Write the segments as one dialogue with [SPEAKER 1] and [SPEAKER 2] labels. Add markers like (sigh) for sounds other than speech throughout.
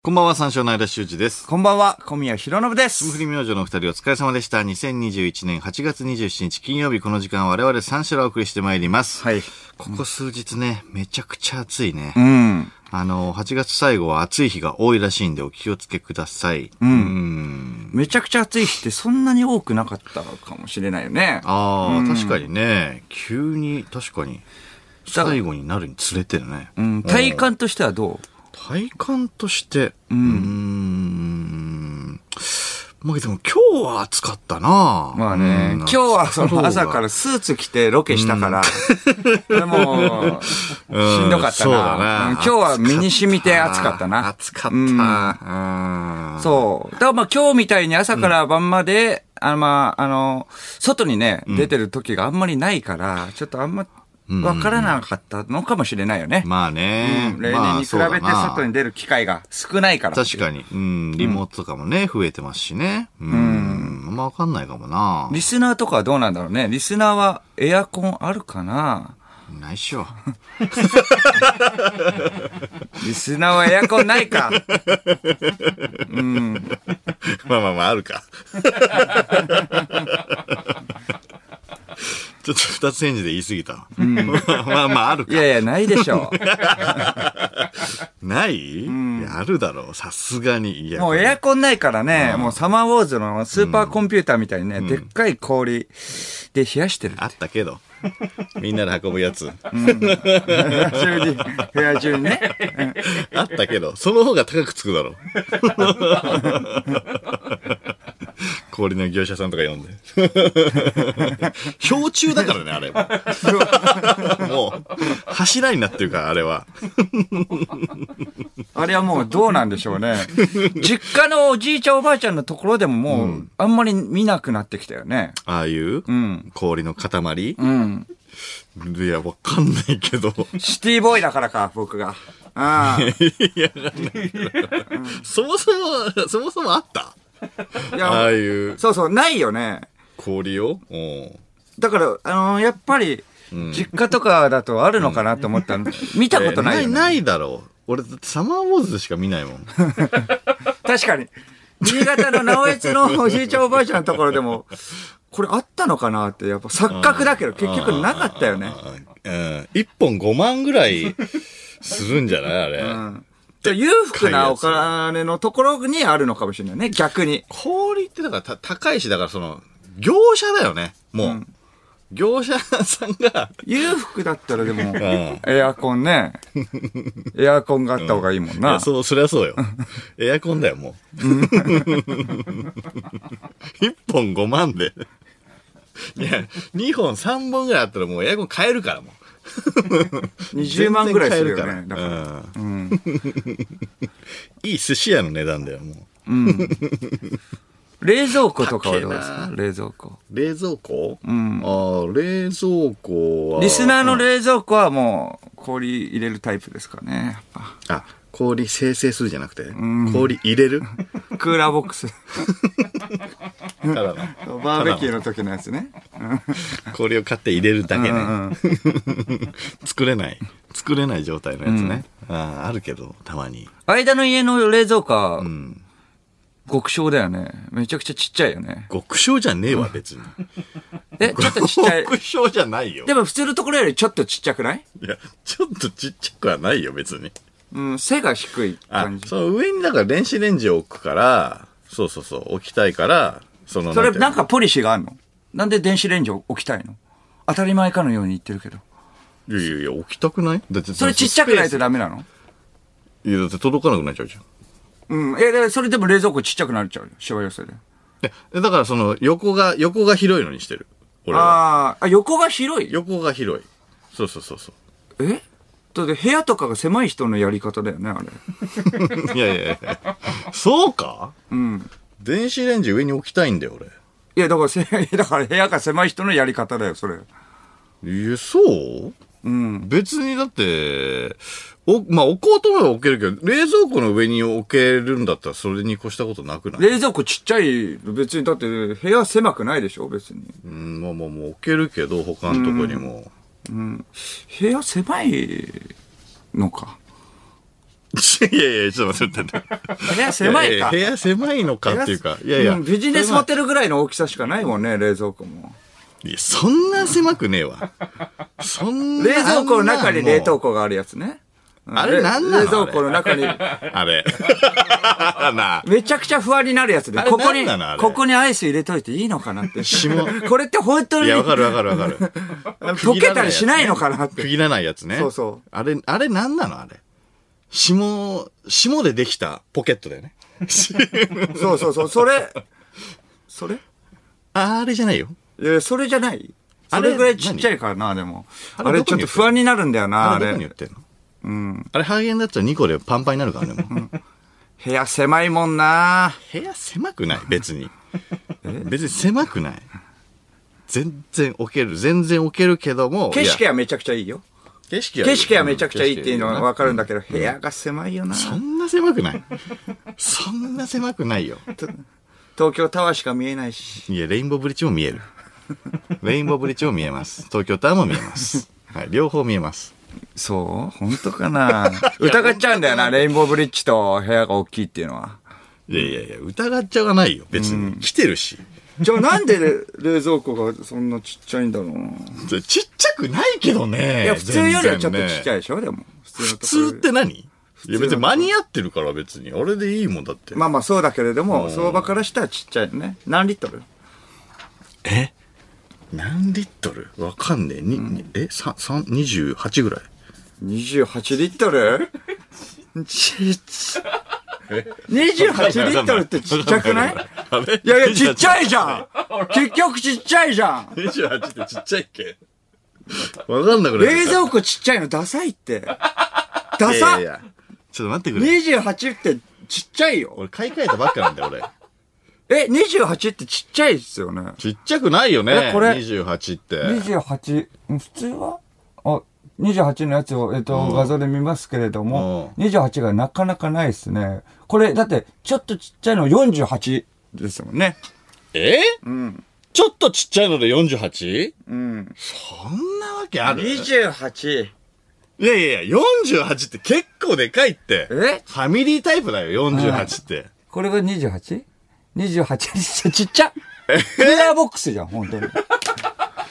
[SPEAKER 1] こんばんは、三章の間修二です。
[SPEAKER 2] こんばんは、小宮弘信です。
[SPEAKER 1] 霜降り明星のお二人お疲れ様でした。2021年8月27日金曜日この時間我々三章をお送りしてまいります。
[SPEAKER 2] はい。
[SPEAKER 1] ここ数日ね、めちゃくちゃ暑いね。
[SPEAKER 2] うん。
[SPEAKER 1] あの、8月最後は暑い日が多いらしいんでお気をつけください。うん。
[SPEAKER 2] めちゃくちゃ暑い日ってそんなに多くなかったかもしれないよね。
[SPEAKER 1] ああ、確かにね、急に、確かに、
[SPEAKER 2] だ
[SPEAKER 1] 最後になるにつれてるね。
[SPEAKER 2] うん、体感としてはど
[SPEAKER 1] 体感として、うーん。まあでも今日は暑かったな
[SPEAKER 2] うまあね、
[SPEAKER 1] うん
[SPEAKER 2] 今日はその朝か
[SPEAKER 1] 今
[SPEAKER 2] らスーツ着てロケしたから、でも、
[SPEAKER 1] うん
[SPEAKER 2] しんどかった
[SPEAKER 1] そうだ
[SPEAKER 2] な。
[SPEAKER 1] な
[SPEAKER 2] うん今日は身に染みて暑かったな。
[SPEAKER 1] 暑かった。
[SPEAKER 2] うん
[SPEAKER 1] うん
[SPEAKER 2] そう。だからまあ今日みたいに朝から晩まで、あのまあ、あの、外にね、出てる時があんまりないから、ちょっとあんま、わからなかったのかもしれないよね。
[SPEAKER 1] まあね。
[SPEAKER 2] うん例
[SPEAKER 1] まあ
[SPEAKER 2] 年に比
[SPEAKER 1] そうだ
[SPEAKER 2] べて
[SPEAKER 1] な
[SPEAKER 2] 外に出る機会が少ないから。
[SPEAKER 1] 確かに。うん。リモートとかもね、増えてますしね。うん。あんまわかんないかもな。
[SPEAKER 2] リスナーとかはどうなんだろうね。リスナーはエアコンあるかな
[SPEAKER 1] ないっし
[SPEAKER 2] (laughs)
[SPEAKER 1] ょ。
[SPEAKER 2] リスナーはエアコンな
[SPEAKER 1] (laughs)
[SPEAKER 2] いか。
[SPEAKER 1] まあまあまあ、あるか。 (laughs) ちょっと二つ返事で言い過ぎたわ。 (laughs) まあまあ、ある
[SPEAKER 2] い
[SPEAKER 1] か。
[SPEAKER 2] やいや、ないでしょ。
[SPEAKER 1] ない、いやあるだろう。さすがに。いうや
[SPEAKER 2] もう
[SPEAKER 1] これ
[SPEAKER 2] エアコンないからね、もうサマーウォーズのスーパーコンピューターみたいにね、でっかい氷で冷
[SPEAKER 1] (laughs)
[SPEAKER 2] やしてる。
[SPEAKER 1] あったけど。みんなで運ぶやつ。
[SPEAKER 2] 部屋中に、部屋中にね。
[SPEAKER 1] (laughs) あったけど、その方が高くつくだろう。 (laughs) 氷の業者さんとか呼んで。氷柱だからね、あれは。もう、柱になってるから、あれは。
[SPEAKER 2] あれはもうどうなんでしょうね。実家のおじいちゃんおばあちゃんのところでももう、あんまり見なくなってきたよね。
[SPEAKER 1] ああいう、
[SPEAKER 2] ん
[SPEAKER 1] 氷の塊、
[SPEAKER 2] うん。
[SPEAKER 1] いや、わかんないけど、
[SPEAKER 2] シティボーイだからか、僕が。
[SPEAKER 1] (laughs)
[SPEAKER 2] ああ。
[SPEAKER 1] そもそも、そもそもあった
[SPEAKER 2] い
[SPEAKER 1] ああ
[SPEAKER 2] や、
[SPEAKER 1] いう
[SPEAKER 2] そうそう、ないよね。
[SPEAKER 1] 氷をうん
[SPEAKER 2] だから、あのーやっぱり、実家とかだとあるのかなと思ったの、見たことないよ、
[SPEAKER 1] えー
[SPEAKER 2] ね
[SPEAKER 1] ないないだろう。俺、だってサマーウォーズしか見ないもん。
[SPEAKER 2] 確かに。新潟の直江津のおじいちゃんおばあちゃんのところで
[SPEAKER 1] (laughs)
[SPEAKER 2] も、これあったのかなって、やっぱ錯覚だけど、結局なかったよね。
[SPEAKER 1] うん。一本5万ぐらいするんじゃないあれ。
[SPEAKER 2] うん。じゃあ裕福なお金のところにあるのかもしれないね、逆に。
[SPEAKER 1] 氷ってだからた高いし、だからその、業者だよね。もう。業者さんが、
[SPEAKER 2] 裕福だったらでも、
[SPEAKER 1] ん
[SPEAKER 2] エアコ
[SPEAKER 1] (laughs)
[SPEAKER 2] ンね。エアコンがあった方がいいもん
[SPEAKER 1] い
[SPEAKER 2] な。
[SPEAKER 1] やそう、そりゃ (laughs) そうよ。エアコンだよ、もう。一本5万で。いや、2本3本ぐらいあったらもうエアコン買えるからもう。
[SPEAKER 2] 20万ぐらいするよね
[SPEAKER 1] 全。然
[SPEAKER 2] だか
[SPEAKER 1] 買え
[SPEAKER 2] ら
[SPEAKER 1] るから。うんいい寿司屋の値段だよ、もう。
[SPEAKER 2] 冷蔵庫とかはどうです
[SPEAKER 1] 高え
[SPEAKER 2] か冷蔵庫。
[SPEAKER 1] 冷蔵庫うん。ああ、冷蔵庫は。
[SPEAKER 2] リスナーの冷蔵庫はもう氷入れるタイプですかね。やっ
[SPEAKER 1] あ、氷生成するじゃなくて、氷入れ
[SPEAKER 2] (laughs)
[SPEAKER 1] る
[SPEAKER 2] ぱクーラーボックス。
[SPEAKER 1] ただの。
[SPEAKER 2] (laughs) バーベキューの時のやつね。
[SPEAKER 1] 氷を買って入れるだけね。
[SPEAKER 2] うんうん
[SPEAKER 1] (laughs) 作れない。作れない状態のやつね。あーあるけど、たまに。
[SPEAKER 2] 間の家の冷蔵庫は
[SPEAKER 1] ん
[SPEAKER 2] 極小だよね。めちゃくちゃちっちゃいよね。
[SPEAKER 1] 極小じゃねえわ、別に。
[SPEAKER 2] え、ちょっとちっちゃい。
[SPEAKER 1] 極小じゃないよ。
[SPEAKER 2] でも普通のところよりちょっとちっちゃくない
[SPEAKER 1] いや、ちょっとちっちゃくはないよ、別に。
[SPEAKER 2] うん、背が低い
[SPEAKER 1] あ
[SPEAKER 2] 感、じ。
[SPEAKER 1] そう、上にだから電子レンジを置くから、そうそうそう、置きたいから、その、
[SPEAKER 2] それ
[SPEAKER 1] ていうの
[SPEAKER 2] なんかポリシーがあるのなんで電子レンジを置きたいの当たり前かのように言ってるけど。
[SPEAKER 1] いやいやいや、置きたくないだって
[SPEAKER 2] それちっちゃくないと
[SPEAKER 1] だ。
[SPEAKER 2] ダメなの
[SPEAKER 1] いや、だって届かなくなっちゃうじゃん。
[SPEAKER 2] うん。え、でそれでも冷蔵庫ちっちゃくなっちゃうよ。しわ寄せで。
[SPEAKER 1] でだからその、横が、横が広いのにしてる。俺は。
[SPEAKER 2] あーあ、横が広い
[SPEAKER 1] 横が広い。そうそうそうそう。
[SPEAKER 2] えだって部屋とかが狭い人のやり方だよね、あれ。
[SPEAKER 1] (laughs) いやいやいや。そうか
[SPEAKER 2] うん。
[SPEAKER 1] 電子レンジ上に置きたいんだよ、俺。
[SPEAKER 2] いや、だからせ、 (laughs) だから部屋が狭い人のやり方だよ、それ。
[SPEAKER 1] え、そう
[SPEAKER 2] うん。
[SPEAKER 1] 別にだって、お、まあ、置こうと思えば置けるけど、冷蔵庫の上に置けるんだったらそれに越したことなくない
[SPEAKER 2] 冷蔵庫ちっちゃい、別に、だって部屋狭くないでしょ、別に。
[SPEAKER 1] うん、まあまあもう置けるけど、他のとこにも。
[SPEAKER 2] 部屋狭いのか。
[SPEAKER 1] (laughs) いやいや、ちょっと待って待って。
[SPEAKER 2] 部屋狭い
[SPEAKER 1] や
[SPEAKER 2] か。
[SPEAKER 1] 部屋狭いのかっていうか。いやいや。
[SPEAKER 2] んビジネスモ
[SPEAKER 1] テ。
[SPEAKER 2] テルぐらいの大きさしかないもんね、冷蔵庫も。
[SPEAKER 1] いや、そんな狭くねえわ。そんな。
[SPEAKER 2] 冷蔵庫の中に冷凍
[SPEAKER 1] 庫。
[SPEAKER 2] 庫があるやつね。
[SPEAKER 1] あれ
[SPEAKER 2] うん
[SPEAKER 1] なんなの
[SPEAKER 2] 冷蔵庫の中に、
[SPEAKER 1] あれ。 (laughs) なあ。
[SPEAKER 2] めちゃくちゃ不安になるやつで、
[SPEAKER 1] あれ
[SPEAKER 2] ここに
[SPEAKER 1] なんなのあ、れ
[SPEAKER 2] ここにアイス入れといていいのかなって。
[SPEAKER 1] 霜
[SPEAKER 2] (laughs) これって本当
[SPEAKER 1] い
[SPEAKER 2] に
[SPEAKER 1] や、わ
[SPEAKER 2] 溶
[SPEAKER 1] かるわかるわか
[SPEAKER 2] (laughs)
[SPEAKER 1] る。
[SPEAKER 2] けたりしないのかなっ
[SPEAKER 1] 区
[SPEAKER 2] て。
[SPEAKER 1] 切らないやつね。
[SPEAKER 2] そうそう。
[SPEAKER 1] あれ、あれなんなのあれ。霜、霜でできたポケットだよ
[SPEAKER 2] (laughs)
[SPEAKER 1] ね。
[SPEAKER 2] そうそうそう、それ、それ
[SPEAKER 1] あれじゃないよ。
[SPEAKER 2] いや、それじゃない
[SPEAKER 1] あ
[SPEAKER 2] そ
[SPEAKER 1] れ
[SPEAKER 2] れぐらいちっちゃいからな、でも。
[SPEAKER 1] あ
[SPEAKER 2] あ
[SPEAKER 1] れ
[SPEAKER 2] れ
[SPEAKER 1] どこ
[SPEAKER 2] ちょ
[SPEAKER 1] に
[SPEAKER 2] っと不安になるんだよな、
[SPEAKER 1] あ
[SPEAKER 2] あ
[SPEAKER 1] れどこに売
[SPEAKER 2] れ
[SPEAKER 1] っ。てんのうん。あれ、ハーゲンダッツは2個でパンパンになるから
[SPEAKER 2] (laughs)
[SPEAKER 1] ね、もう。
[SPEAKER 2] 部屋狭いもんな
[SPEAKER 1] 部屋狭くない別に。別に狭くない。全然置ける。全然置けるけども。
[SPEAKER 2] 景
[SPEAKER 1] い
[SPEAKER 2] 色
[SPEAKER 1] や
[SPEAKER 2] はめちゃくちゃいいよ。
[SPEAKER 1] 景色
[SPEAKER 2] 景色はめちゃくちゃいいっていうのはわかるんだ
[SPEAKER 1] け
[SPEAKER 2] けど、部屋が狭いよな
[SPEAKER 1] ど。そんな狭くない。そんな狭くないよ。
[SPEAKER 2] 東京タワーしか見えないし。
[SPEAKER 1] いや、レインボーブリッジも見える。レインボーブリッジも見えます。東京タワーも見えます。はい、両方見えます。
[SPEAKER 2] そう本当かな (laughs) 疑っちゃうんだよな、レインボーブリッジと部屋が大きいっていうのは。
[SPEAKER 1] いやいやいや、疑っちゃわないよ。別に。来てるし。
[SPEAKER 2] じゃあなんでれ冷蔵庫がそんなちっちゃいんだろうな。
[SPEAKER 1] ちちっちゃくないけどね。
[SPEAKER 2] いや、普通よりはちょっと
[SPEAKER 1] 全然ね
[SPEAKER 2] ちっちゃいでしょ、でも。普
[SPEAKER 1] 普通っ
[SPEAKER 2] のところよ
[SPEAKER 1] て何いや、別に間に合ってるから別に。あれでいいもんだって
[SPEAKER 2] り。まあまあそうだけれど
[SPEAKER 1] うん
[SPEAKER 2] も、相場からしたらちっちゃいよね。何リットル
[SPEAKER 1] え何リットルわかんねえ。に、にえ三三二十八ぐらい。
[SPEAKER 2] ?28 リッ
[SPEAKER 1] (laughs)
[SPEAKER 2] トルちっちゃ。28リットルってちっちゃくない
[SPEAKER 1] あれ
[SPEAKER 2] いやいや、ちっちゃいじゃん結局ちっちゃいじゃん
[SPEAKER 1] 二十八ってちっちゃいっけわかんなくなっちゃった
[SPEAKER 2] 冷蔵庫ちっちゃいのダサいって。ダ
[SPEAKER 1] いや
[SPEAKER 2] サ
[SPEAKER 1] いやいやちょっと待ってくれ。
[SPEAKER 2] !28 ってちっちゃいよ。
[SPEAKER 1] 俺買い替えたばっかなんだよ、俺。
[SPEAKER 2] え、28ってちっちゃいですよね。
[SPEAKER 1] ちっちゃくないよね。
[SPEAKER 2] えこれ
[SPEAKER 1] 28って。
[SPEAKER 2] 28、普通はあ、28のやつを、えっと、画像で見ますけれども、28がなかなかないですね。これ、だって、ちょっとちっちゃいの48ですもんね。
[SPEAKER 1] え
[SPEAKER 2] うん。
[SPEAKER 1] ちょっとちっちゃいので 48?
[SPEAKER 2] うん。
[SPEAKER 1] こんなわけあるい
[SPEAKER 2] 28。
[SPEAKER 1] やいやいや、48って結構でかいって。
[SPEAKER 2] え
[SPEAKER 1] ファミリータイプだよ、48って。
[SPEAKER 2] これが 28?28 28 (laughs) ちっちゃクーラーボックスじゃん、本当に。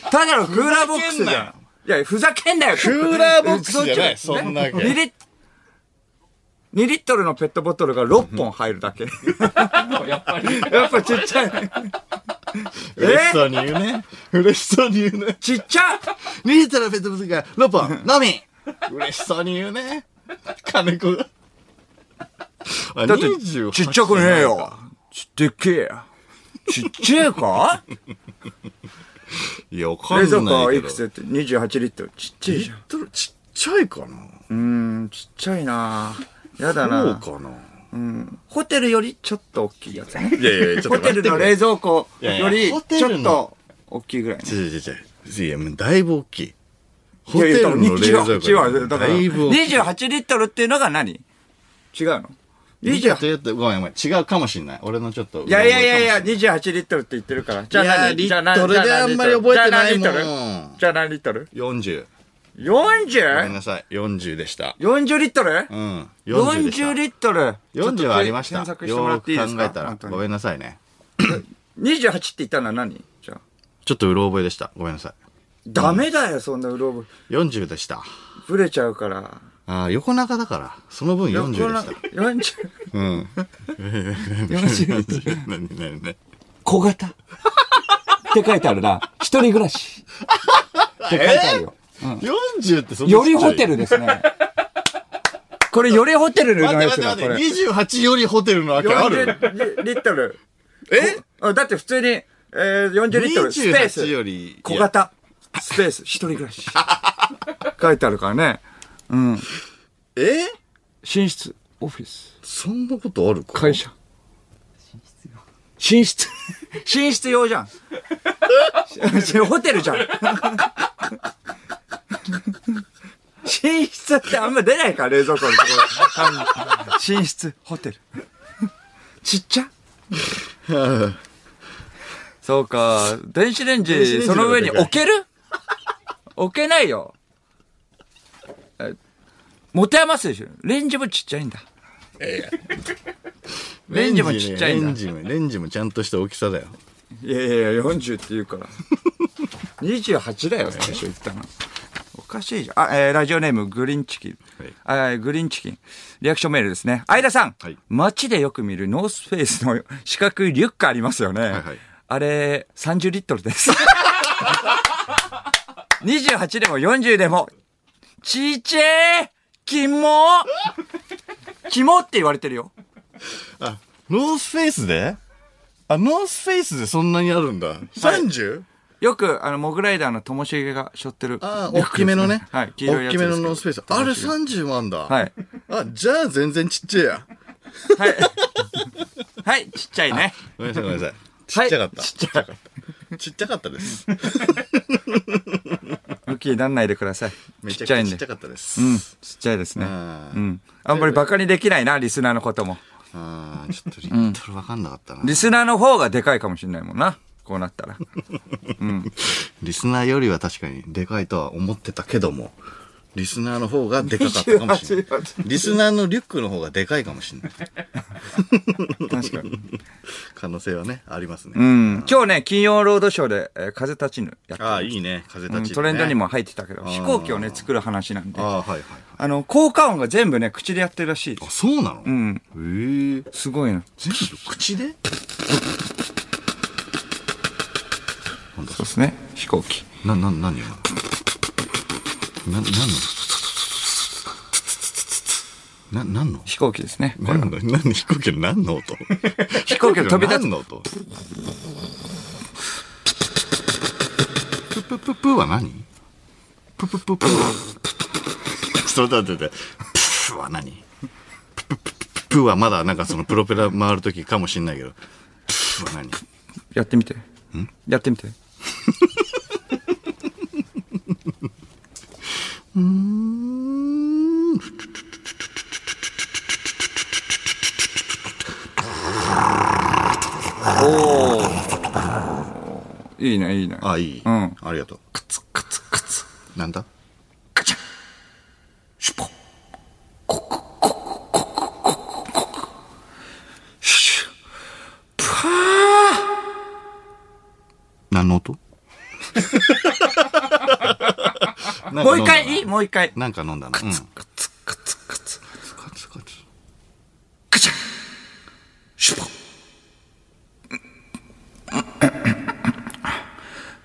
[SPEAKER 2] ただのクーラーボックスじゃん。いや、ふざけんなよ、ク
[SPEAKER 1] ーラーボックスじゃないそんなわけ
[SPEAKER 2] 2リッ2リットルのペットボトルが6本入るだけ。
[SPEAKER 3] やっぱり。
[SPEAKER 2] やっぱちっちゃい。え
[SPEAKER 1] 嬉しそうに言うね。嬉しそうに言うね。
[SPEAKER 2] ちっちゃ
[SPEAKER 1] 2リットルのペットボトルが6本、のみ嬉しそうに言うね。金子が。あ、
[SPEAKER 2] だって
[SPEAKER 1] 28、
[SPEAKER 2] ちっちゃくねえよ。ちでっけえや。ちっちゃいか
[SPEAKER 1] いや、わかんない
[SPEAKER 2] 冷
[SPEAKER 1] けど。
[SPEAKER 2] 蔵庫いくつって28リットル。ちっちゃい
[SPEAKER 1] リ
[SPEAKER 2] じゃん
[SPEAKER 1] ッ。トルちっちゃいかな
[SPEAKER 2] うーん、ちっちゃいなやだな
[SPEAKER 1] そうかな
[SPEAKER 2] ホテルよりちょっと大きいやつね。
[SPEAKER 1] いやいやいやちょっと
[SPEAKER 2] ホテルの冷蔵庫
[SPEAKER 1] いやいや
[SPEAKER 2] より
[SPEAKER 1] ホテ
[SPEAKER 2] ち
[SPEAKER 1] ル
[SPEAKER 2] ょっ
[SPEAKER 1] の
[SPEAKER 2] と大きいぐらいね。
[SPEAKER 1] 違う違う違う。いや、もうだいぶ大きい。ホ
[SPEAKER 2] いや
[SPEAKER 1] テ
[SPEAKER 2] いや
[SPEAKER 1] ル
[SPEAKER 2] だから
[SPEAKER 1] の冷蔵
[SPEAKER 2] 28は、
[SPEAKER 1] 庫
[SPEAKER 2] だか
[SPEAKER 1] だ
[SPEAKER 2] ら、
[SPEAKER 1] いぶ大きい。
[SPEAKER 2] 28リットルっていうのが何違うの
[SPEAKER 1] 28
[SPEAKER 2] ?28。
[SPEAKER 1] ちょっとごめんごめん。違うかもしんない。俺のちょっと。
[SPEAKER 2] いやいやいやいや、28リットルって言ってるから。じゃあ何
[SPEAKER 1] いや
[SPEAKER 2] じゃあ何
[SPEAKER 1] リットルで
[SPEAKER 2] じゃ
[SPEAKER 1] あんまり覚えてないもん
[SPEAKER 2] じゃあ何リットルじゃあ何リットル
[SPEAKER 1] 40。ごめん
[SPEAKER 2] ?40?40
[SPEAKER 1] なさい。40でした。
[SPEAKER 2] リットル
[SPEAKER 1] うん。40でした。
[SPEAKER 2] 40リットル。
[SPEAKER 1] 40はありました。よ
[SPEAKER 2] 検索してもらっていいで
[SPEAKER 1] ー
[SPEAKER 2] す
[SPEAKER 1] く
[SPEAKER 2] か
[SPEAKER 1] 考えたら。ごめんなさいね。
[SPEAKER 2] 28って言ったのは何じゃあ。
[SPEAKER 1] ちょっとうろ覚えでした。ごめんなさ
[SPEAKER 2] ダメだよ、そんなうろぶ。
[SPEAKER 1] い。40でした。
[SPEAKER 2] ぶれちゃうから。
[SPEAKER 1] ああ、横長だから。その分40でした。
[SPEAKER 2] 40。
[SPEAKER 1] うん。40。何 (laughs) 何何
[SPEAKER 2] 小型。って書いてあるな。一人暮らし。って書いてあるよ。
[SPEAKER 1] 40ってそんなちっちゃい
[SPEAKER 2] よりホテルですね。これよりホテルの
[SPEAKER 1] 待
[SPEAKER 2] や
[SPEAKER 1] っ
[SPEAKER 2] つ
[SPEAKER 1] て
[SPEAKER 2] だ、
[SPEAKER 1] 待って
[SPEAKER 2] こ
[SPEAKER 1] 待
[SPEAKER 2] れ。
[SPEAKER 1] って、28よりホテルのわけある
[SPEAKER 2] 40リリットル。
[SPEAKER 1] え
[SPEAKER 2] あだって普通に、えー、40リットル、スペー
[SPEAKER 1] ?28 よ
[SPEAKER 2] ス。
[SPEAKER 1] り。
[SPEAKER 2] 小型。スペース、一人暮らし。書いてあるからね。うん。
[SPEAKER 1] いや。え
[SPEAKER 2] 寝室、オフィス、
[SPEAKER 1] そんなことあるか
[SPEAKER 2] 会社。寝室。 (laughs) 寝室用じゃん。 (laughs) ホテルじゃん。寝室ってあんま出ないから、冷蔵庫のところ。寝室、ホテル。ちっちゃそうか。電子レン
[SPEAKER 1] 電子レン
[SPEAKER 2] ジ、
[SPEAKER 1] ジ
[SPEAKER 2] その上に
[SPEAKER 1] の中に
[SPEAKER 2] 置ける置けないよ。え持て余すでしょ。レンジもちっちゃいんだ。レンジもちっちゃいんだ
[SPEAKER 1] レンジも、レンジもちゃんとした大きさだよ。
[SPEAKER 2] いやいやいや、40って言うから。28だよ、最初言ったの。おかしいじゃん。あ、えーラジオネーム、グリーンチキン。あーグリーンチキン。リアクションメールですね。相田さん、
[SPEAKER 1] はい
[SPEAKER 2] 街でよく見るノースフェイスの (laughs) 四角いリュックありますよね。
[SPEAKER 1] はい
[SPEAKER 2] あれ、30リットルです。28でも40でも、ちいちぇーキモーキモって言われてるよ。
[SPEAKER 1] あ、ノースフェイスであ、ノースフェイスでそんなにあるんだ。30?
[SPEAKER 2] よく、あの、モグライダーのともしげが背負ってる。
[SPEAKER 1] ああ、
[SPEAKER 2] リュ
[SPEAKER 1] 大
[SPEAKER 2] ック
[SPEAKER 1] きめのね
[SPEAKER 2] です。はい、黄色い
[SPEAKER 1] 大
[SPEAKER 2] やつ
[SPEAKER 1] き
[SPEAKER 2] で
[SPEAKER 1] め
[SPEAKER 2] すけど。
[SPEAKER 1] のノースフェイス。あれ30もあんだ。
[SPEAKER 2] はい。
[SPEAKER 1] あ、じゃあ全然ちっちゃいや。
[SPEAKER 2] はい。はい、ちっちゃいね。
[SPEAKER 1] ごめんなさい、ごめんなさい。ちっちゃかった。
[SPEAKER 2] はいちっちゃい
[SPEAKER 1] ちっちゃかった
[SPEAKER 2] (laughs)
[SPEAKER 1] です。
[SPEAKER 2] 武器になんないでください。
[SPEAKER 1] め
[SPEAKER 2] ち
[SPEAKER 1] ち
[SPEAKER 2] っ
[SPEAKER 1] ゃ
[SPEAKER 2] ちゃい
[SPEAKER 1] く
[SPEAKER 2] ん
[SPEAKER 1] ちゃちっ
[SPEAKER 2] で。
[SPEAKER 1] ちゃ
[SPEAKER 2] ち
[SPEAKER 1] かったです。
[SPEAKER 2] っちゃいですね。う
[SPEAKER 1] あー
[SPEAKER 2] ん。あんまりバカにできないな、リスナーのことも。
[SPEAKER 1] あー、ちょっとリットルわかんなかったな。
[SPEAKER 2] リスナーの方がでかいかもしれないもんな。こうなった
[SPEAKER 1] (laughs)
[SPEAKER 2] ら。
[SPEAKER 1] リスナーよりは確かにでかいとは思ってたけども、リスナーの方がでかかったかもしれない。リスナーのリュックの方がでかいかもしれない。
[SPEAKER 2] 確かに。
[SPEAKER 1] 可能性はね、ありますね。
[SPEAKER 2] うん。今日ね、金曜ロードショーで、えー風立ちぬやって
[SPEAKER 1] ああ、いいね。風立ち、
[SPEAKER 2] う
[SPEAKER 1] ね
[SPEAKER 2] んトレンドにも入ってたけど、
[SPEAKER 1] ー
[SPEAKER 2] 飛行機をね、作る話なんで。
[SPEAKER 1] ああ、はいはい。
[SPEAKER 2] あの、効果音が全部ね、口でやってるらしいで
[SPEAKER 1] あ、
[SPEAKER 2] す。。
[SPEAKER 1] そうなのうんへえ。
[SPEAKER 2] すごいな。
[SPEAKER 1] 全部口で
[SPEAKER 2] そうですね。飛行機。
[SPEAKER 1] な、な、何よ。な、なんのな、なんの
[SPEAKER 2] 飛行機ですね。
[SPEAKER 1] 何の何飛行機の何の音
[SPEAKER 2] (laughs) 飛行機の飛び立つ
[SPEAKER 1] 飛行機の何の音ププププーは何ププププーそれだっててプーは何プププププーはまだなんかそのプロペラ回る時かもしんないけどプーは何
[SPEAKER 2] やってみて。やってみて。おお。いいね、いいね。
[SPEAKER 1] あいい、
[SPEAKER 2] うん
[SPEAKER 1] ありがとうカツカツカツなんだ
[SPEAKER 2] カチャンシュポコクコクコクコクコクシュプハ
[SPEAKER 1] 何の音
[SPEAKER 2] ーもう一回
[SPEAKER 1] い
[SPEAKER 2] いいもう一回。
[SPEAKER 1] なんか飲んだな、うん、
[SPEAKER 2] カツカツカツ。
[SPEAKER 1] カツカツ
[SPEAKER 2] カチャンシュポシュ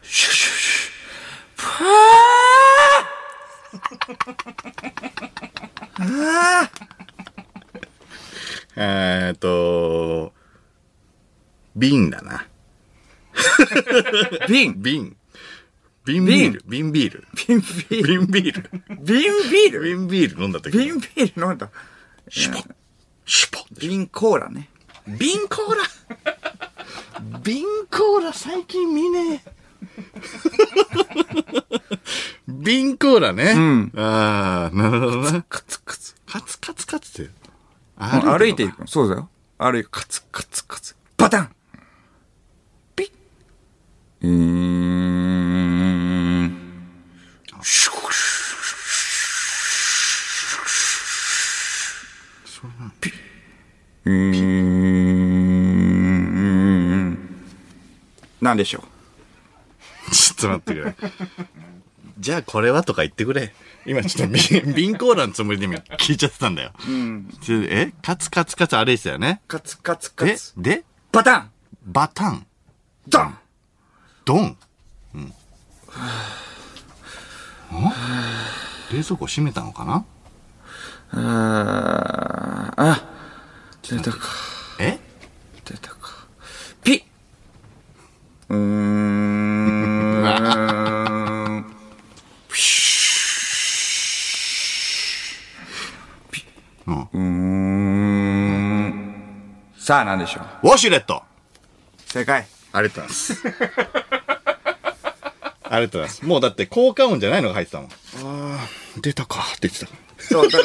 [SPEAKER 2] シュシュプハ
[SPEAKER 1] えーっと、瓶だな。
[SPEAKER 2] ー瓶
[SPEAKER 1] 瓶。瓶ビール。瓶ビール。
[SPEAKER 2] 瓶ビール
[SPEAKER 1] 瓶ビール。
[SPEAKER 2] 瓶ビール
[SPEAKER 1] 瓶ビール飲んだ時。
[SPEAKER 2] 瓶ビール飲んだ。
[SPEAKER 1] シュポッ。シュポッ。
[SPEAKER 2] 瓶コーラね。
[SPEAKER 1] 瓶コーラ。瓶コーラ最近見ねえ。瓶コーラね。うん。ああ、なるほどな。
[SPEAKER 2] カツカツ。
[SPEAKER 1] カツカツカツって。
[SPEAKER 2] 歩いて
[SPEAKER 1] る
[SPEAKER 2] いくの。そうだよ。歩いて、カツカツカツ。バタンピッうーん。シュクシュピッうーん。なんでしょう
[SPEAKER 1] ちょっと待ってくれ。じゃあこれはとか言ってくれ。今ちょっと瓶瓶コーラのつもりで今聞いちゃってたんだよ。ちょえカツカツカツ歩いてたよね。
[SPEAKER 2] カツカツカ
[SPEAKER 1] で
[SPEAKER 2] ツ、。
[SPEAKER 1] で、
[SPEAKER 2] バタン
[SPEAKER 1] バタン、
[SPEAKER 2] ドン
[SPEAKER 1] ドン。うん。ん冷蔵庫閉めたのかな
[SPEAKER 2] あーあ、出たか。
[SPEAKER 1] え
[SPEAKER 2] 出たか。ピッうーん。
[SPEAKER 1] うん。
[SPEAKER 2] うーん。さあ、なんでしょう。
[SPEAKER 1] ウォシュレット
[SPEAKER 2] 正解。
[SPEAKER 1] ありがとうございます。ありがとうございます。もうだって効果音じゃないのが入ってたもん。ああ、出たかって言ってた。
[SPEAKER 2] そう、だから、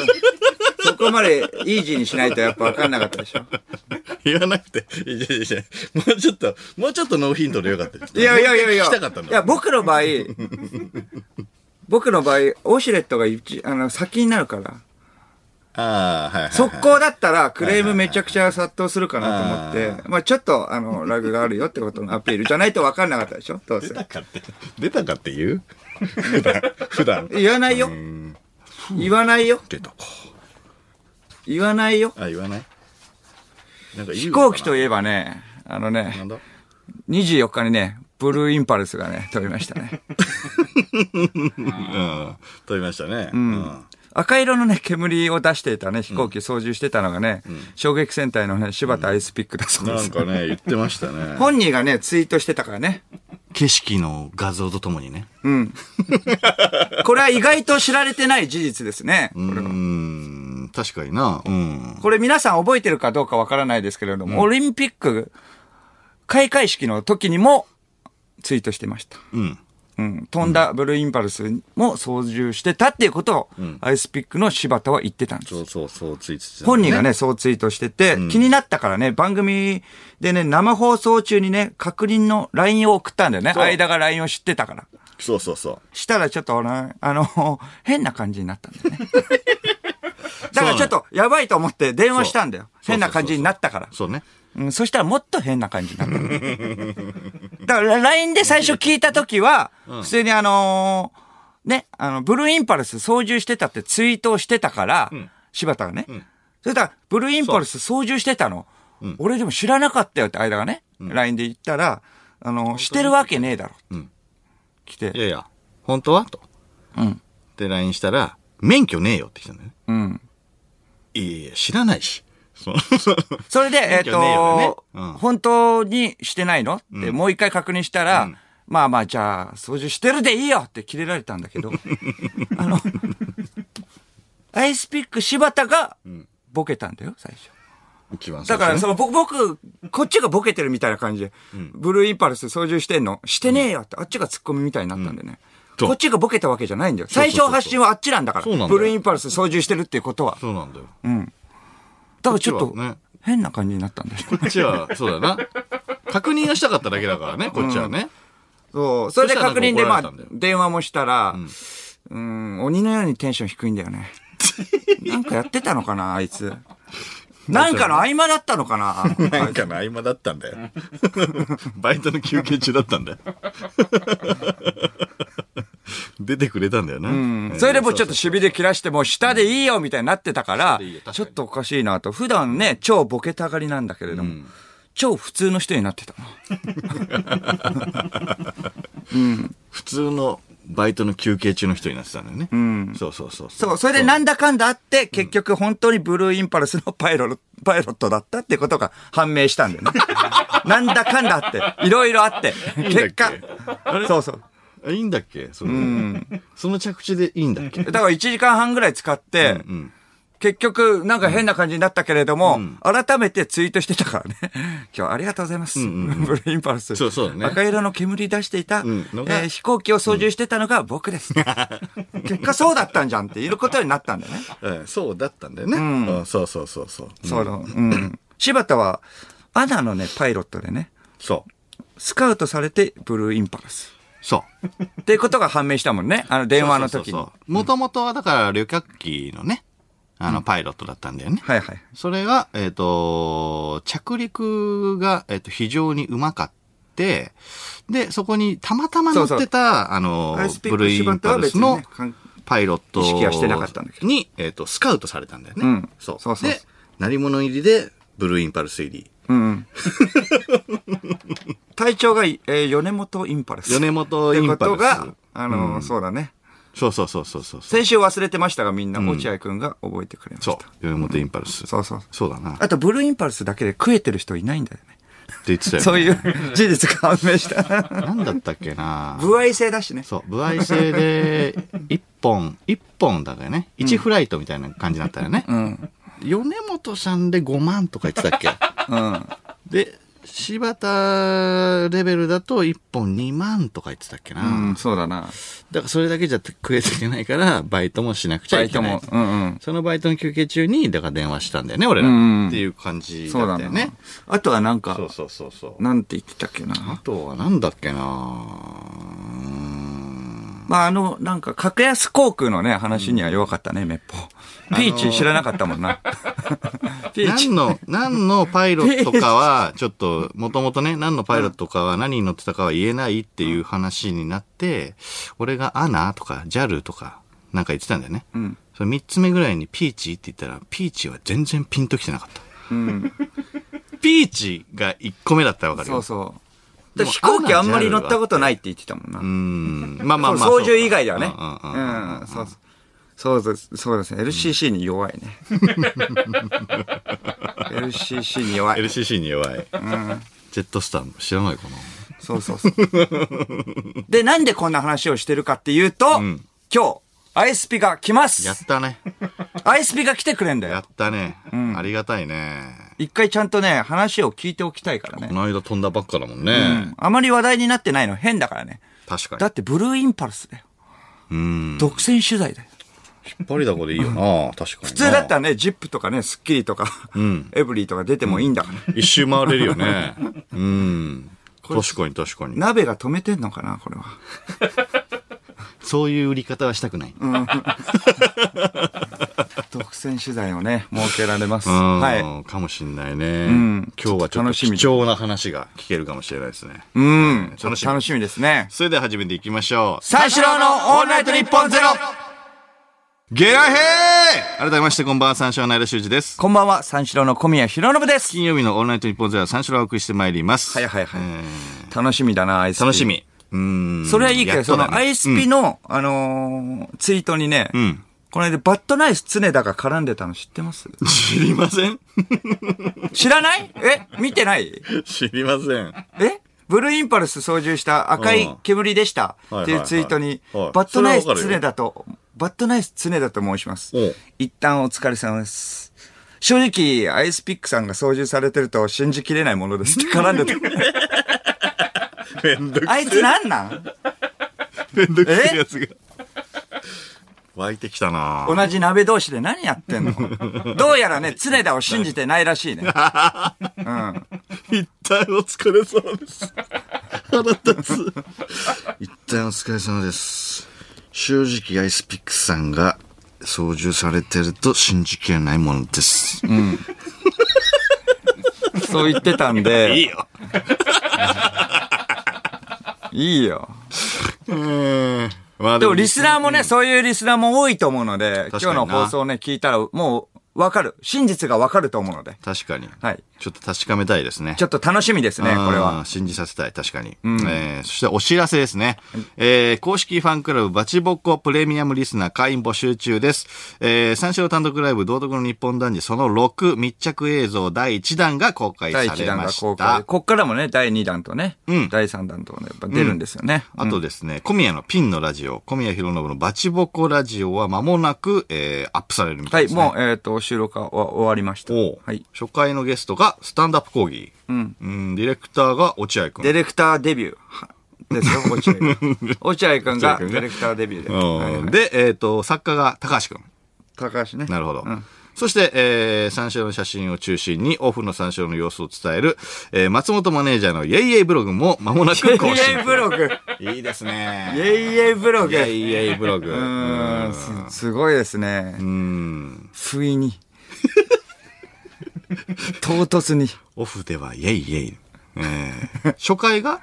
[SPEAKER 2] そこまでイージーにしないとやっぱ分かんなかったでしょ。
[SPEAKER 1] 言わなくて。いやいやいやもうちょっと、もうちょっとノーヒントでよかったです
[SPEAKER 2] いやいやいやいや。
[SPEAKER 1] 聞きたかったんだ。
[SPEAKER 2] いや、僕の場合、僕の場合、オシュレットが一、あの、先になるから。
[SPEAKER 1] ああ、はいはいはい。
[SPEAKER 2] 速攻だったらクレームめちゃくちゃ殺到するかなと思
[SPEAKER 1] はいは
[SPEAKER 2] っ
[SPEAKER 1] いは
[SPEAKER 2] て、まあちょっと、あの、ラグがあるよってことのアピールじゃないと分かんなかったでしょどうせ
[SPEAKER 1] 出。たかって、出たかって言 (laughs) う普段、普段。
[SPEAKER 2] 言わないよ。言わないよ。
[SPEAKER 1] 出たか。
[SPEAKER 2] 言わないよ。
[SPEAKER 1] あ、言わないなんか
[SPEAKER 2] 飛行機とい
[SPEAKER 1] え
[SPEAKER 2] えばね、あの
[SPEAKER 1] な
[SPEAKER 2] ね
[SPEAKER 1] ん、だ
[SPEAKER 2] 24日にね、ブルーインパルスがね、飛びました
[SPEAKER 1] (laughs)
[SPEAKER 2] ね。
[SPEAKER 1] うん。飛びましたね。うん。
[SPEAKER 2] 赤色のね、煙を出していたね、飛行機操縦してたのがね、衝撃戦隊のね、柴田アイスピックだそうで
[SPEAKER 1] な
[SPEAKER 2] す
[SPEAKER 1] ん。か (laughs) ね、言ってましたね。
[SPEAKER 2] 本人がね、ツイートしてたからね。
[SPEAKER 1] 景色の画像とともにね。
[SPEAKER 2] これは意外と知られてない事実ですね。これ
[SPEAKER 1] う
[SPEAKER 2] は
[SPEAKER 1] ん、確かにな。うん。
[SPEAKER 2] これ皆さん覚えてるかどうかわからないですけれども、オリンピック開会式の時にもツイートしてました。
[SPEAKER 1] うん。
[SPEAKER 2] うん、飛んだブルーインパルスも操縦してたっていうことを、アイスピックの柴田は言ってたんです。
[SPEAKER 1] そうそうそう、ついつい。
[SPEAKER 2] 本人がね、そうツイートしてて、気になったからね、番組でね、生放送中にね、確認の LINE を送ったんだよね。
[SPEAKER 1] そう
[SPEAKER 2] 間が LINE を知ってたから。
[SPEAKER 1] そうそうそう。
[SPEAKER 2] したらちょっとね、あの、 (laughs) 変な感じになったんだ
[SPEAKER 1] (laughs)
[SPEAKER 2] よね。だからちょっと、やばいと思って電話したんだよ。
[SPEAKER 1] そう
[SPEAKER 2] 変な感じになったから。
[SPEAKER 1] そうね。
[SPEAKER 2] うん、そしたらもっと変な感じになった。 (laughs) だから LINE で最初聞いた時は、普通にあのーね、あの、ブルーインパルス操縦してたってツイートをしてたから、柴田がね。それだから、ブルーインパルス操縦してたの。俺でも知らなかったよって間がね、LINE で言ったら、あのーしてるわけねえだろ。来て
[SPEAKER 1] い。やいや、本当はと。
[SPEAKER 2] うん。
[SPEAKER 1] で、LINE したら、免許ねえよって来たんだよね。
[SPEAKER 2] うん。
[SPEAKER 1] いやいや、知らないし。そう。
[SPEAKER 2] それで、え
[SPEAKER 1] 免
[SPEAKER 2] っ、
[SPEAKER 1] 許ねえよね
[SPEAKER 2] と、
[SPEAKER 1] うん
[SPEAKER 2] 本当にしてないのって、もう一回確認したら、まあまあ、じゃあ、操縦してるでいいよって切れられたんだけど、あの、アイスピック柴田がボケたんだよ、最初。
[SPEAKER 1] (laughs) 一番最
[SPEAKER 2] だ
[SPEAKER 1] 初ね
[SPEAKER 2] から、その、僕、僕、こっちがボケてるみたいな感じで、ブルーインパルス操縦してんのしてねえよって、あっちが突っ込みみたいになったんでね。
[SPEAKER 1] そう
[SPEAKER 2] こっちがボケたわけじゃないんだよ。
[SPEAKER 1] そうそ
[SPEAKER 2] 最
[SPEAKER 1] うそう
[SPEAKER 2] 初発信はあっちなんだから。
[SPEAKER 1] そうなんだよ
[SPEAKER 2] ブルーインパルス操縦してるっていうことは。
[SPEAKER 1] そうなんだよ。
[SPEAKER 2] だからちょっ
[SPEAKER 1] ことっちはね、
[SPEAKER 2] 変な感じになったんだよ。
[SPEAKER 1] こっちは、そうだな。確認がしたかっただけだからね、こっちはね。
[SPEAKER 2] そう。それで確認で、
[SPEAKER 1] そし
[SPEAKER 2] ま
[SPEAKER 1] たらなんか怒られた
[SPEAKER 2] あ
[SPEAKER 1] んだよ、
[SPEAKER 2] 電話もしたら、うん、鬼のようにテンション低いんだ
[SPEAKER 1] (laughs)
[SPEAKER 2] よね。なんかやってたのかな、あいつ。なんかの合間だったの
[SPEAKER 1] (laughs)
[SPEAKER 2] かな。
[SPEAKER 1] なんかの合間だったんだよ。バイトの休憩中だったんだよ。出てくれたんだよな。
[SPEAKER 2] それでもうちょっと
[SPEAKER 1] し
[SPEAKER 2] 痺れ切らして、もう下でいいよみたいになってたから
[SPEAKER 1] でいいよ確か、に
[SPEAKER 2] ちょっとおかしいなと。普段ね、超ボケたがりなんだけれども、超普通の人になってたな。
[SPEAKER 1] 普通のバイトの休憩中の人になってたんだよね。そうそうそう。
[SPEAKER 2] そう、それでなんだかんだあって、結局本当にブルーインパルス (laughs) のパイロパイロットだったってことが判明したんだよね。
[SPEAKER 1] (laughs)
[SPEAKER 2] なんだかんだあって、いろいろあって、結果
[SPEAKER 1] いいんだ。
[SPEAKER 2] そうそう。
[SPEAKER 1] あいいんだっけその、その着地でいいんだっけ
[SPEAKER 2] だから1時間半ぐらい使って、
[SPEAKER 1] うん。
[SPEAKER 2] 結局なんか変な感じになったけれども、改めてツイートしてたからね。 (laughs) 今日ありがとうございます。ブルーインパルス。
[SPEAKER 1] そうそうだね
[SPEAKER 2] 赤色の煙出していた、
[SPEAKER 1] んのが
[SPEAKER 2] えー飛行機を操縦してたのが
[SPEAKER 1] (laughs)
[SPEAKER 2] 僕です。結果そうだったんじゃんっていうことになったんだよね。
[SPEAKER 1] ええそうだったんだよね。うんそうそうそうそう。
[SPEAKER 2] その、うん。柴田は、アナのね、パイロットでね、
[SPEAKER 1] そう。
[SPEAKER 2] スカウトされてブルーインパルス。
[SPEAKER 1] そう。
[SPEAKER 2] っていうことが判明したもんね。あの、電話の時に。
[SPEAKER 1] もともとはだから旅客機のね、あの、パイロットだったんだよね。
[SPEAKER 2] はいはい。
[SPEAKER 1] それが、えっ、と、着陸が、えっ、と、非常にうまかって、で、そこにたまたま乗ってた、あの
[SPEAKER 2] アイス、ピッ
[SPEAKER 1] ブ
[SPEAKER 2] ク
[SPEAKER 1] ルーインパルスの
[SPEAKER 2] 柴田は別にね
[SPEAKER 1] パイロット
[SPEAKER 2] 意識はしてなかったんだけど
[SPEAKER 1] に、えっ、と、スカウトされたんだよね。
[SPEAKER 2] うん
[SPEAKER 1] そう
[SPEAKER 2] そうそう
[SPEAKER 1] で、鳴り物入りで、ブルーインパルス入り。
[SPEAKER 2] うんうん。 (laughs) 体調がいい、えー、米本インパルス。
[SPEAKER 1] 米本インパルス
[SPEAKER 2] ってことが、あのーそうだね。
[SPEAKER 1] そうそうそうそうそう。そう。
[SPEAKER 2] 先週忘れてましたが、みんな、落合くんが覚えてくれました。
[SPEAKER 1] 米本インパルス。
[SPEAKER 2] そうそう
[SPEAKER 1] そうだな。って
[SPEAKER 2] あと、ブルーインパルスだけで食えてる人いないんだよね。
[SPEAKER 1] 言ってたよ、ね。
[SPEAKER 2] そういう事実が判明
[SPEAKER 1] (laughs)
[SPEAKER 2] した。 (laughs)
[SPEAKER 1] なんだったっけな
[SPEAKER 2] 不合性だしね。
[SPEAKER 1] そう、歩合制で、一本、一本だからね。一フライトみたいな感じだったよね。
[SPEAKER 2] うん。
[SPEAKER 1] 米本さんで5万とか言ってたっけ
[SPEAKER 2] うん。
[SPEAKER 1] で、柴田レベルだと1本2万とか言ってたっけな。
[SPEAKER 2] うん、そうだな。
[SPEAKER 1] だからそれだけじゃ食えていけないから、バイトもしなくちゃ
[SPEAKER 2] バ
[SPEAKER 1] い
[SPEAKER 2] イ
[SPEAKER 1] け
[SPEAKER 2] ト
[SPEAKER 1] ない
[SPEAKER 2] も。。うんうん。
[SPEAKER 1] そのバイトの休憩中に、だから電話したんだよね、俺ら。
[SPEAKER 2] うん
[SPEAKER 1] っていう感じ
[SPEAKER 2] そう
[SPEAKER 1] だ
[SPEAKER 2] だ
[SPEAKER 1] った
[SPEAKER 2] ね
[SPEAKER 1] よね。。
[SPEAKER 2] あとはなん
[SPEAKER 1] そ
[SPEAKER 2] か
[SPEAKER 1] う、そうそうそう。
[SPEAKER 2] なんて言ってたっけ
[SPEAKER 1] あ
[SPEAKER 2] な。
[SPEAKER 1] とはなんだっけなうーん
[SPEAKER 2] まあ、あの、なんか、格安航空のね、話には弱かったね、めっぽ。ピーチ知らなかったも
[SPEAKER 1] (laughs)
[SPEAKER 2] んな。ピーチ
[SPEAKER 1] 何。の、何のパイロットかは、ちょっと、もともとね、何のパイロットかは何に乗ってたかは言えないっていう話になって、俺がアナとか JAL とか、なんか言ってたんだよね。
[SPEAKER 2] うん。
[SPEAKER 1] それ3つ目ぐらいにピーチって言ったら、ピーチは全然ピンときてなかった。
[SPEAKER 2] うん。
[SPEAKER 1] ピーチが1個目だったらわかるよ。
[SPEAKER 2] そうそう。だから飛
[SPEAKER 1] でも
[SPEAKER 2] 行機あんまり乗ったことないって言ってたもんな。
[SPEAKER 1] うーん。まあまあまあ。
[SPEAKER 2] そう操縦以外ではね。
[SPEAKER 1] うんうんうんうん
[SPEAKER 2] うん、そうそう。そうです、そうですね。LCC に弱いね。LCC に弱い。
[SPEAKER 1] LCC に弱い。ジェットスターも知らないかな。
[SPEAKER 2] そうそうそう。 (laughs) で、なんでこんな話をしてるかっていうと、
[SPEAKER 1] ん
[SPEAKER 2] 今日、アイスピが来ま
[SPEAKER 1] やっ
[SPEAKER 2] す
[SPEAKER 1] たね。
[SPEAKER 2] アイスピが来てくれんだ
[SPEAKER 1] や
[SPEAKER 2] よ
[SPEAKER 1] っ。たね。ありがたいね。
[SPEAKER 2] 一回ちゃんとね、話を聞いておきたいから
[SPEAKER 1] こ
[SPEAKER 2] ね。
[SPEAKER 1] の間飛んだばっかだもんね。
[SPEAKER 2] うんあまり話題になってないの変だからね。
[SPEAKER 1] 確かに。
[SPEAKER 2] だってブルーインパルスだよ。
[SPEAKER 1] うん。
[SPEAKER 2] 独占取材だよ。
[SPEAKER 1] 引っ張りだこでいいよな。確かに。普
[SPEAKER 2] 普通だったらね、ジップとかね、スッキリとか、
[SPEAKER 1] ん
[SPEAKER 2] エブリーとか出てもいいんだから。
[SPEAKER 1] 一周回れるよ
[SPEAKER 2] (laughs)
[SPEAKER 1] ね。うん。確かに確かに。
[SPEAKER 2] 鍋が止めてんのかな、これは。
[SPEAKER 1] そういう売り方はしたくない。
[SPEAKER 2] 独占取材
[SPEAKER 1] (laughs)
[SPEAKER 2] をね、設けられます。
[SPEAKER 1] うん
[SPEAKER 2] は
[SPEAKER 1] かもしんないね。
[SPEAKER 2] ん
[SPEAKER 1] 今日はちょっと
[SPEAKER 2] 楽しみ
[SPEAKER 1] 貴重な話が聞けるかもしれないですね。
[SPEAKER 2] い。うん。
[SPEAKER 1] 楽しみ
[SPEAKER 2] 楽しみですね。
[SPEAKER 1] それでは始めていきましょう。
[SPEAKER 2] 三四郎のオールナイトニッポンゼロ
[SPEAKER 1] ゲラヘー改めましてこんばんは、三四郎の間修二です。
[SPEAKER 2] こんばんは、三四郎の小宮浩信です。
[SPEAKER 1] 金曜日のオールナイトニッポンゼロは三四郎をお送りしてまいります。
[SPEAKER 2] はいはいはい
[SPEAKER 1] えー
[SPEAKER 2] 楽しみだな、アイスピ。
[SPEAKER 1] 楽し。み。うん。
[SPEAKER 2] それはいいけ
[SPEAKER 1] や
[SPEAKER 2] ど、
[SPEAKER 1] っと
[SPEAKER 2] そ
[SPEAKER 1] だね
[SPEAKER 2] のアイスピの、あのー、ツイートにね、
[SPEAKER 1] ん
[SPEAKER 2] この間バッドナイス常田が絡んでたの知ってます
[SPEAKER 1] 知りません (laughs)
[SPEAKER 2] 知らないえ見てない
[SPEAKER 1] 知りません。
[SPEAKER 2] えブルーインパルス操縦した赤い煙でした
[SPEAKER 1] うん
[SPEAKER 2] っていうツイートに
[SPEAKER 1] はいはいはい、
[SPEAKER 2] バッドナイス
[SPEAKER 1] それはわかるよ
[SPEAKER 2] 常だと、バッドナイス常だと申します
[SPEAKER 1] おう。
[SPEAKER 2] 一旦お疲れ様です。正直、アイスピックさんが操縦されてると信じきれないものですって絡ん
[SPEAKER 1] (laughs)
[SPEAKER 2] でた。
[SPEAKER 1] めんどく、
[SPEAKER 2] あいつなんなん
[SPEAKER 1] めんどくせえやつが。湧いてきたなぁ
[SPEAKER 2] 同じ鍋同士で何やってん
[SPEAKER 1] (laughs)
[SPEAKER 2] のどうやらね、常田を信じてないらしいね。う
[SPEAKER 1] 一
[SPEAKER 2] ん。
[SPEAKER 1] 旦お疲れ様です。腹立つ。一旦お疲れ様です。正直アイスピックさんが操縦されてると信じきれないものです。
[SPEAKER 2] そう言ってたん
[SPEAKER 1] いい
[SPEAKER 2] で、
[SPEAKER 1] よ。
[SPEAKER 2] いいよ。
[SPEAKER 1] まあ
[SPEAKER 2] でもリスナーもね、そういうリスナーも多いと思うので、
[SPEAKER 1] 確
[SPEAKER 2] 今日
[SPEAKER 1] かにな
[SPEAKER 2] の放送ね、聞いたらもうわかる。真実がわかると思うので。
[SPEAKER 1] 確かに。
[SPEAKER 2] はい。
[SPEAKER 1] ちょっと確かめたいですね。
[SPEAKER 2] ちょっと楽しみですね、これ
[SPEAKER 1] あー
[SPEAKER 2] は。
[SPEAKER 1] 信じさせたい、確かに。えーそしてお知らせですね。えー公式ファンクラブバチボコプレミアムリスナー会員募集中です。えー三四郎単独ライブ道徳の日本男児その6密着映像第1弾が公開さ
[SPEAKER 2] 第
[SPEAKER 1] れ
[SPEAKER 2] 1弾
[SPEAKER 1] ま
[SPEAKER 2] が
[SPEAKER 1] し
[SPEAKER 2] 公
[SPEAKER 1] た
[SPEAKER 2] 開。。こっからもね、第2弾とね、
[SPEAKER 1] うん
[SPEAKER 2] 第3弾とね、やっぱ出るんですよね。
[SPEAKER 1] あとですね、小宮のピンのラジオ、小宮弘信のバチボコラジオは間もなく、えーアップされるみた
[SPEAKER 2] はい
[SPEAKER 1] で
[SPEAKER 2] い、
[SPEAKER 1] すね。
[SPEAKER 2] もう、えっ、と、収録は終わりました。
[SPEAKER 1] おう
[SPEAKER 2] はい。
[SPEAKER 1] 初回のゲストがスタンダップ講義。うん。ディレクターが落合くん。
[SPEAKER 2] ディレクターデビューは。ですよ、落合
[SPEAKER 1] (laughs)
[SPEAKER 2] 君。落合君が
[SPEAKER 1] 落合
[SPEAKER 2] デ
[SPEAKER 1] 君ね
[SPEAKER 2] ィレクターデビューで。はいは
[SPEAKER 1] うん
[SPEAKER 2] い
[SPEAKER 1] で、えっ、と、作家が高橋くん。
[SPEAKER 2] 高橋ね。
[SPEAKER 1] なるほど。
[SPEAKER 2] うん
[SPEAKER 1] そして、えー、三四郎の写真を中心に、オフの三四郎の様子を伝える、えー、松本マネージャーのイェイイェイブログも間もな
[SPEAKER 2] イ
[SPEAKER 1] く更
[SPEAKER 2] ェイ
[SPEAKER 1] 新
[SPEAKER 2] イェイ。ブログ。
[SPEAKER 1] いいです
[SPEAKER 2] イェ
[SPEAKER 1] ね。
[SPEAKER 2] イイェイブロ
[SPEAKER 1] イ
[SPEAKER 2] グ。
[SPEAKER 1] ェイイェイブログ。う
[SPEAKER 2] うー
[SPEAKER 1] ん
[SPEAKER 2] ん、すすごいですね。
[SPEAKER 1] うん。
[SPEAKER 2] 不意に。 (laughs) 唐突に。
[SPEAKER 1] オフではイェイイェイ。えー初回が、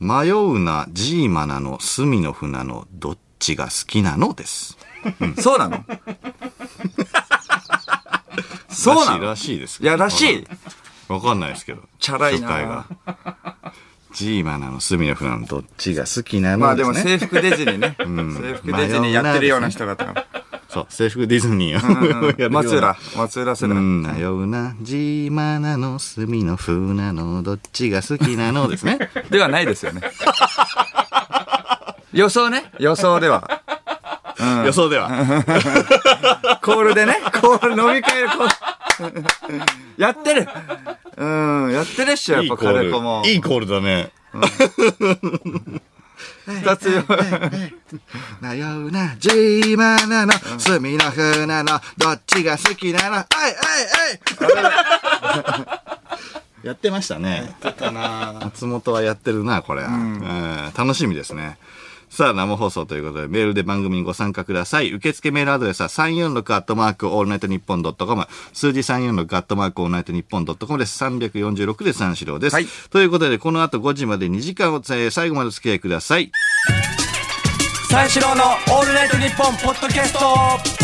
[SPEAKER 1] 迷うな、ジーマなの、スミノフなの、どっちが好きなのです。
[SPEAKER 2] そう
[SPEAKER 1] (laughs)
[SPEAKER 2] なのそうなの
[SPEAKER 1] らしいらしいです
[SPEAKER 2] いや、らしい。
[SPEAKER 1] わかんないですけど。
[SPEAKER 2] チャラい
[SPEAKER 1] 初
[SPEAKER 2] な
[SPEAKER 1] 回が。ジーマなの、スミノフなの、どっちが好きなの
[SPEAKER 2] まあでも
[SPEAKER 1] すね
[SPEAKER 2] 制服ディズニーね。 (laughs) 制服ディズニーやってるような人だったから。
[SPEAKER 1] そう、制服ディズニーを (laughs) やるような
[SPEAKER 2] 松浦、松浦世
[SPEAKER 1] う
[SPEAKER 2] 代。
[SPEAKER 1] ん、迷うな、ジーマなの、スミの風なの、どっちが好きなのですね。
[SPEAKER 2] ではないですよね。
[SPEAKER 1] (laughs)
[SPEAKER 2] 予想ね。予想では。
[SPEAKER 1] 予想で
[SPEAKER 2] (laughs)
[SPEAKER 1] は。
[SPEAKER 2] コールでね。コール、飲み会のコール。 (laughs) やってる。うん、やってるっしょ、やっ
[SPEAKER 1] いいコ
[SPEAKER 2] ぱ金子
[SPEAKER 1] ー
[SPEAKER 2] も
[SPEAKER 1] ル。。いいコールだね。
[SPEAKER 2] 二つよ。
[SPEAKER 1] 迷うな、ジーマなの、スミの風なの、どっちが好きなの、おいおいおい (laughs) やってましたね。松本はやってるな、これ。うん楽しみですね。さあ、生放送ということで、メールで番組にご参加ください。受付メールアドレスは346アットマークオールナイトニッポンドットコム。数字346アットマークオールナイトニッポンドットコムです。346で三四郎です。
[SPEAKER 2] はい
[SPEAKER 1] ということで、この後5時まで2時間を、えー最後までお付き合いください。
[SPEAKER 2] 三四郎のオールナイトニッポンポッドキャスト